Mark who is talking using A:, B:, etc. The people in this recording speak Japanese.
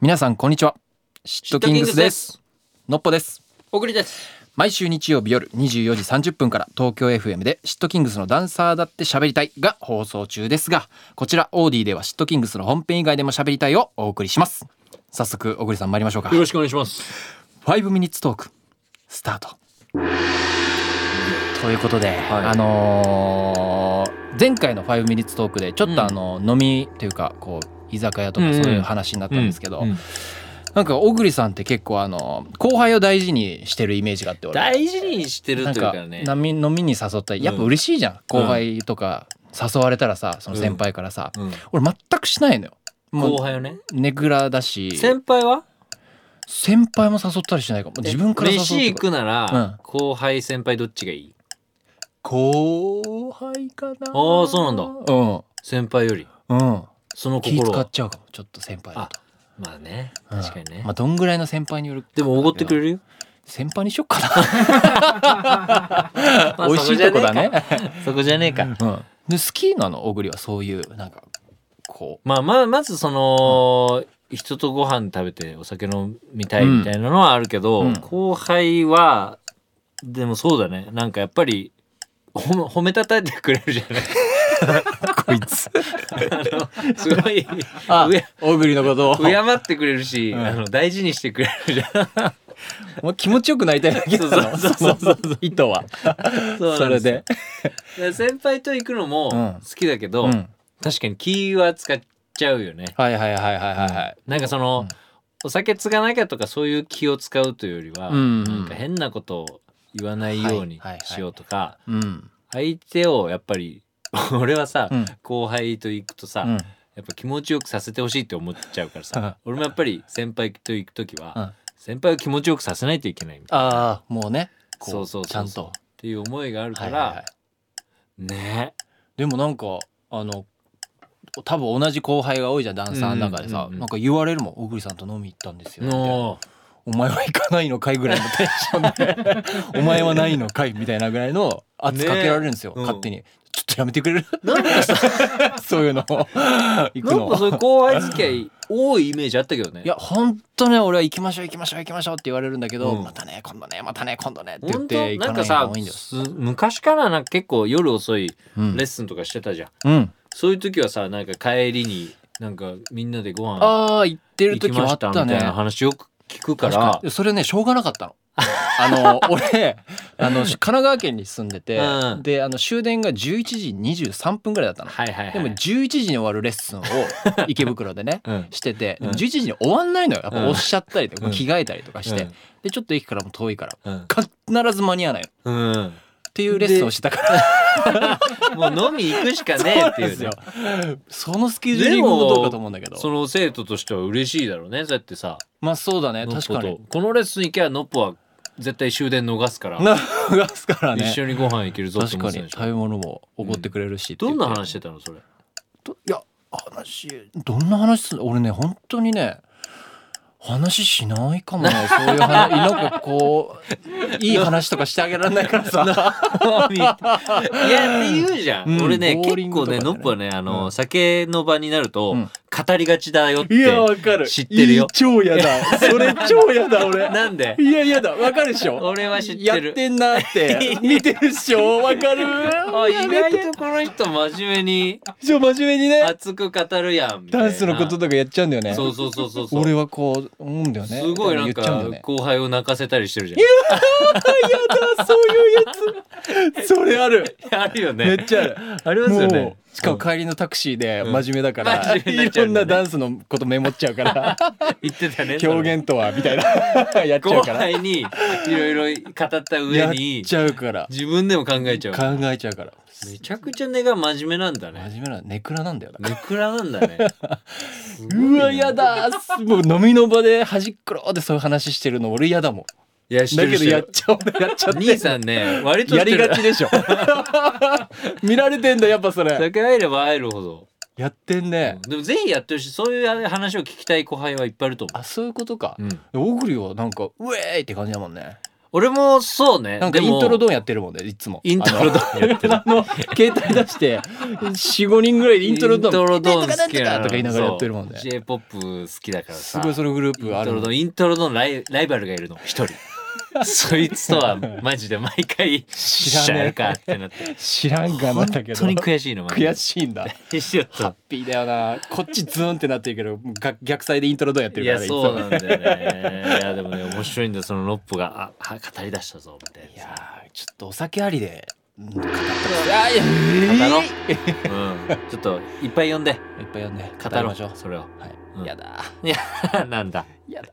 A: 皆さんこんにちはシットキングスですのっぽです
B: 小栗です。
A: 毎週日曜日夜24時30分から東京 FM でシットキングスのダンサーだって喋りたいが放送中ですがこちらオーディではシットキングスの本編以外でも喋りたいをお送りします早速小栗さん参りましょうか
B: よろしくお願いします。
A: 5ミニッツトークスタートということで、
B: はい
A: あのー前回の5ミニッツトークでちょっ
B: うん
A: とあの、飲みというかこう居酒屋とかそういう話になったんですけど、
B: うんうん
A: なんか小栗さんって結構あの後輩を大事にしてるイメージがあって俺
B: 大事にしてる
A: なん
B: という
A: か
B: かね。
A: 飲み飲みに誘ったらやっぱ嬉しいじゃん、後輩とか誘われたらさその先輩からさ、
B: うん
A: 俺全くしないのよも
B: 後
A: う
B: 輩をね。
A: ネグラだし
B: 先輩は
A: 先輩も誘ったりしないかも自分から誘うとか
B: 飯行くな
A: うん
B: ら、後輩先輩どっちがいい
A: 後輩かな
B: ああそうなんだ
A: う
B: 先輩より。
A: んうん
B: その
A: 気
B: 心
A: 使
B: は
A: っ。ちゃうかもちょっと先輩だと
B: まあね。
A: うん
B: 確かにね
A: まあ。どんぐらいの先輩による
B: でもおごってくれるよ。
A: 先輩にしよっかな美味しいとこだね。
B: そこじゃねえ か。
A: うんで好きなの小栗はそういうなんかこ
B: まあまあ、まずその、人とご飯食べてお酒飲みたいみたいなのはあるけど、
A: うん
B: 後輩は、でもそうだね。なんかやっぱり、ほめ褒めたたいてくれるじゃ ない。
A: うこいつ
B: すごい、
A: あ
B: 上
A: 小栗のことを
B: 敬ってくれるし、
A: うん
B: あの大事にしてくれる じゃん。
A: お前気持ちよくなりたいだけなの
B: そうそうそう
A: そう意図はそれで
B: で先輩と行くのも
A: うん
B: 好きだけど、
A: うん
B: 確かに気は使っちゃうよね。
A: はいはいはいはいはいはい
B: なんかその、
A: うん
B: お酒継がなきゃとかそういう気を使うというよりは、
A: うんうん
B: なんか変なことを言わないように
A: はいはいはい
B: しようとか、
A: うん
B: 相手をやっぱり 俺はさ、
A: うん
B: 後輩と行くとさ、
A: うん
B: やっぱ気持ちよくさせてほしいって思っちゃうから
A: うん
B: さ俺もやっぱり先輩と行く時は、
A: うん
B: 先輩を気持ちよくさせないといけないみたいな
A: ああもうねこ
B: そうそうそうそう
A: ちゃんと
B: っていう思いがあるから、
A: はいはいはい
B: ね
A: でもなんかあの多分同じ後輩が多いじゃんダンサーの中でさ、
B: うんうんうんうん
A: なんか言われるもん小栗さんと飲み行ったんですよみたいな
B: も
A: お前は行かないのかいぐらいのテンション でお前はないのかいみたいなぐらいの圧かけられるんですよ、
B: ねえうん
A: 勝手にちょっとやめてくれる
B: うなんかさ
A: そう いうの行く
B: な
A: の
B: んかそういう後輩付き合い多いイメージあったけどね
A: いや本当ね俺は行きましょう行きましょう行きましょうって言われるんだけど、
B: うん
A: またね今度ねまたね今度ねって言っ
B: 本
A: て
B: 当
A: 行か
B: な
A: な
B: ん
A: い
B: か
A: 人が
B: さ
A: 多いんです
B: す昔からなんか結構夜遅い
A: うん
B: レッスンとかしてたじゃん、
A: うん、
B: そういう時はさなんか帰りになんかみんなでご飯
A: ああ行ってる
B: 行き
A: 時も
B: ま
A: あ
B: し
A: った
B: み
A: た
B: た
A: ね
B: いな話よく聞くから
A: 確にそれねしょうがなかった のあの俺あの神奈川県に住んでて、
B: うん
A: であの終電が11時23分ぐらいだったの、
B: はいはいはい
A: でも11時に終わるレッス ンを池袋でね
B: うん
A: してて、でも
B: うん
A: 11時に終わんないのよやっぱ
B: うん
A: 押しちゃったりとか、
B: うん
A: 着替えたりとかして、
B: うん
A: でちょっと駅からも遠いから
B: うん
A: 必ず間に合わないよ
B: うん
A: っていうレッスンをしてたから
B: もう飲み行くしかねえっていう
A: そ
B: ね
A: うなんですよそのスケジューリングもどうかと思うんだけど
B: その生徒としては嬉しいだろうねだってさ
A: まあそうだね
B: ノッ
A: 確
B: ポ
A: か
B: と
A: に
B: このレッスン行けばノッポは絶対終電逃すから
A: な逃すからね
B: 一緒にご飯行けるぞって
A: 確か
B: 思ってた
A: に
B: でし
A: 食べ
B: ょ
A: 物もおごってくれるしって言
B: ど
A: って
B: んな話してたのそれ
A: といや話どんな話する俺ね本当にね話しないかもねそういう話なんかこういい話とかしてあげられ ないからさ
B: いやって言うじゃん、
A: うん
B: 俺ね
A: ボーリ
B: 結
A: ングと
B: 構
A: か
B: ね
A: ね
B: ノッポはねあの、
A: うん
B: 酒の場になると、
A: うん
B: 語りがちだよって
A: かる
B: 知ってるよ
A: いい超嫌だそれ超嫌だ俺
B: なんで
A: い や嫌だわかるでしょ
B: 俺は知ってる
A: やってんなって見てるっしょわかる
B: あ意
A: やめ
B: 外
A: て
B: とこの人真面目に
A: ちょ真面目にね
B: 熱く語るやんみたい
A: ダン
B: な
A: スのこととかやっちゃうんだよね
B: そうそうそうそうそう
A: 俺はこう思うんだよね
B: すごいなん
A: 言っちゃうん
B: か
A: だよね
B: 後輩を泣かせたりしてるじ
A: あそういうやつ それある
B: ゃんあるよ
A: め
B: ね
A: っちゃある
B: あり
A: もうしかも帰りのタクシーで
B: うん
A: 真面目だから、
B: 真面目になっ
A: い
B: ちゃ
A: ろ
B: うんんだ
A: な
B: ね
A: ダンスのことメモっちゃうから
B: 言ってたね
A: 表現とはみたいな やっちゃ
B: 後
A: うからや
B: 輩にいろいろ語った上
A: っ
B: に
A: ちゃうから
B: 自分でも考えちゃう
A: 考えちゃうから
B: めちゃくちゃ根が真面目なんだね
A: 真面目なネクラなんだよな
B: ネクラなん だね
A: うわやだもう飲みの場で端っころでそういう話してるの俺やだもん
B: いやして
A: だけ
B: る
A: ど
B: して
A: や
B: る
A: っちゃうやっちゃって
B: 兄さんね割とし
A: や
B: て
A: り
B: る
A: がちでし ょ見られてんだやっぱそれ
B: 酒入れば入るほど
A: やってんね、
B: でもぜひやってほしいそういう話を聞きたい後輩はいっぱいいると思
A: あそういうことか
B: う、うん、
A: オグリはなんかウェーイって感じだもんね
B: 俺もそうね
A: なんか
B: で
A: イ
B: も
A: ントロドンやってるもんねいつも
B: イントロドンやってる
A: あの 携帯出して45人ぐらいでイントロドン
B: イントロドン
A: なんとか
B: 好
A: なん
B: き
A: と
B: な
A: かと
B: の
A: か言いながらやってるもんね
B: そう J-POP 好きだから
A: す
B: さ
A: ごいそのグループあ
B: イントロ
A: る
B: ドンイントロドンライライバルがいるの一人 そいつとはマジで毎回
A: 知らねえ
B: 知らねえかってなって
A: 知らんがな
B: 本
A: ったけど
B: 当に悔しいのマジで
A: 悔しいんだ
B: 悔しいやっ
A: ハッ
B: た
A: ピーだよなこっちズーンってなってるけどが逆サイでイントロドンやって
B: い
A: るか
B: や
A: らね
B: そう
A: いつ
B: な
A: も
B: んだよねいやでもね面白いんだよそのロップがあは語り出したぞみたい
A: い
B: なさ
A: やーちょっとお酒ありでうん語ってますあいやー
B: 語ろう
A: いっ
B: うんちょっといっぱい呼んで
A: ぱいやんね
B: 語
A: り
B: ろ
A: ましょう
B: うそれを
A: はい
B: うん
A: やだ
B: いやなんだ
A: やだ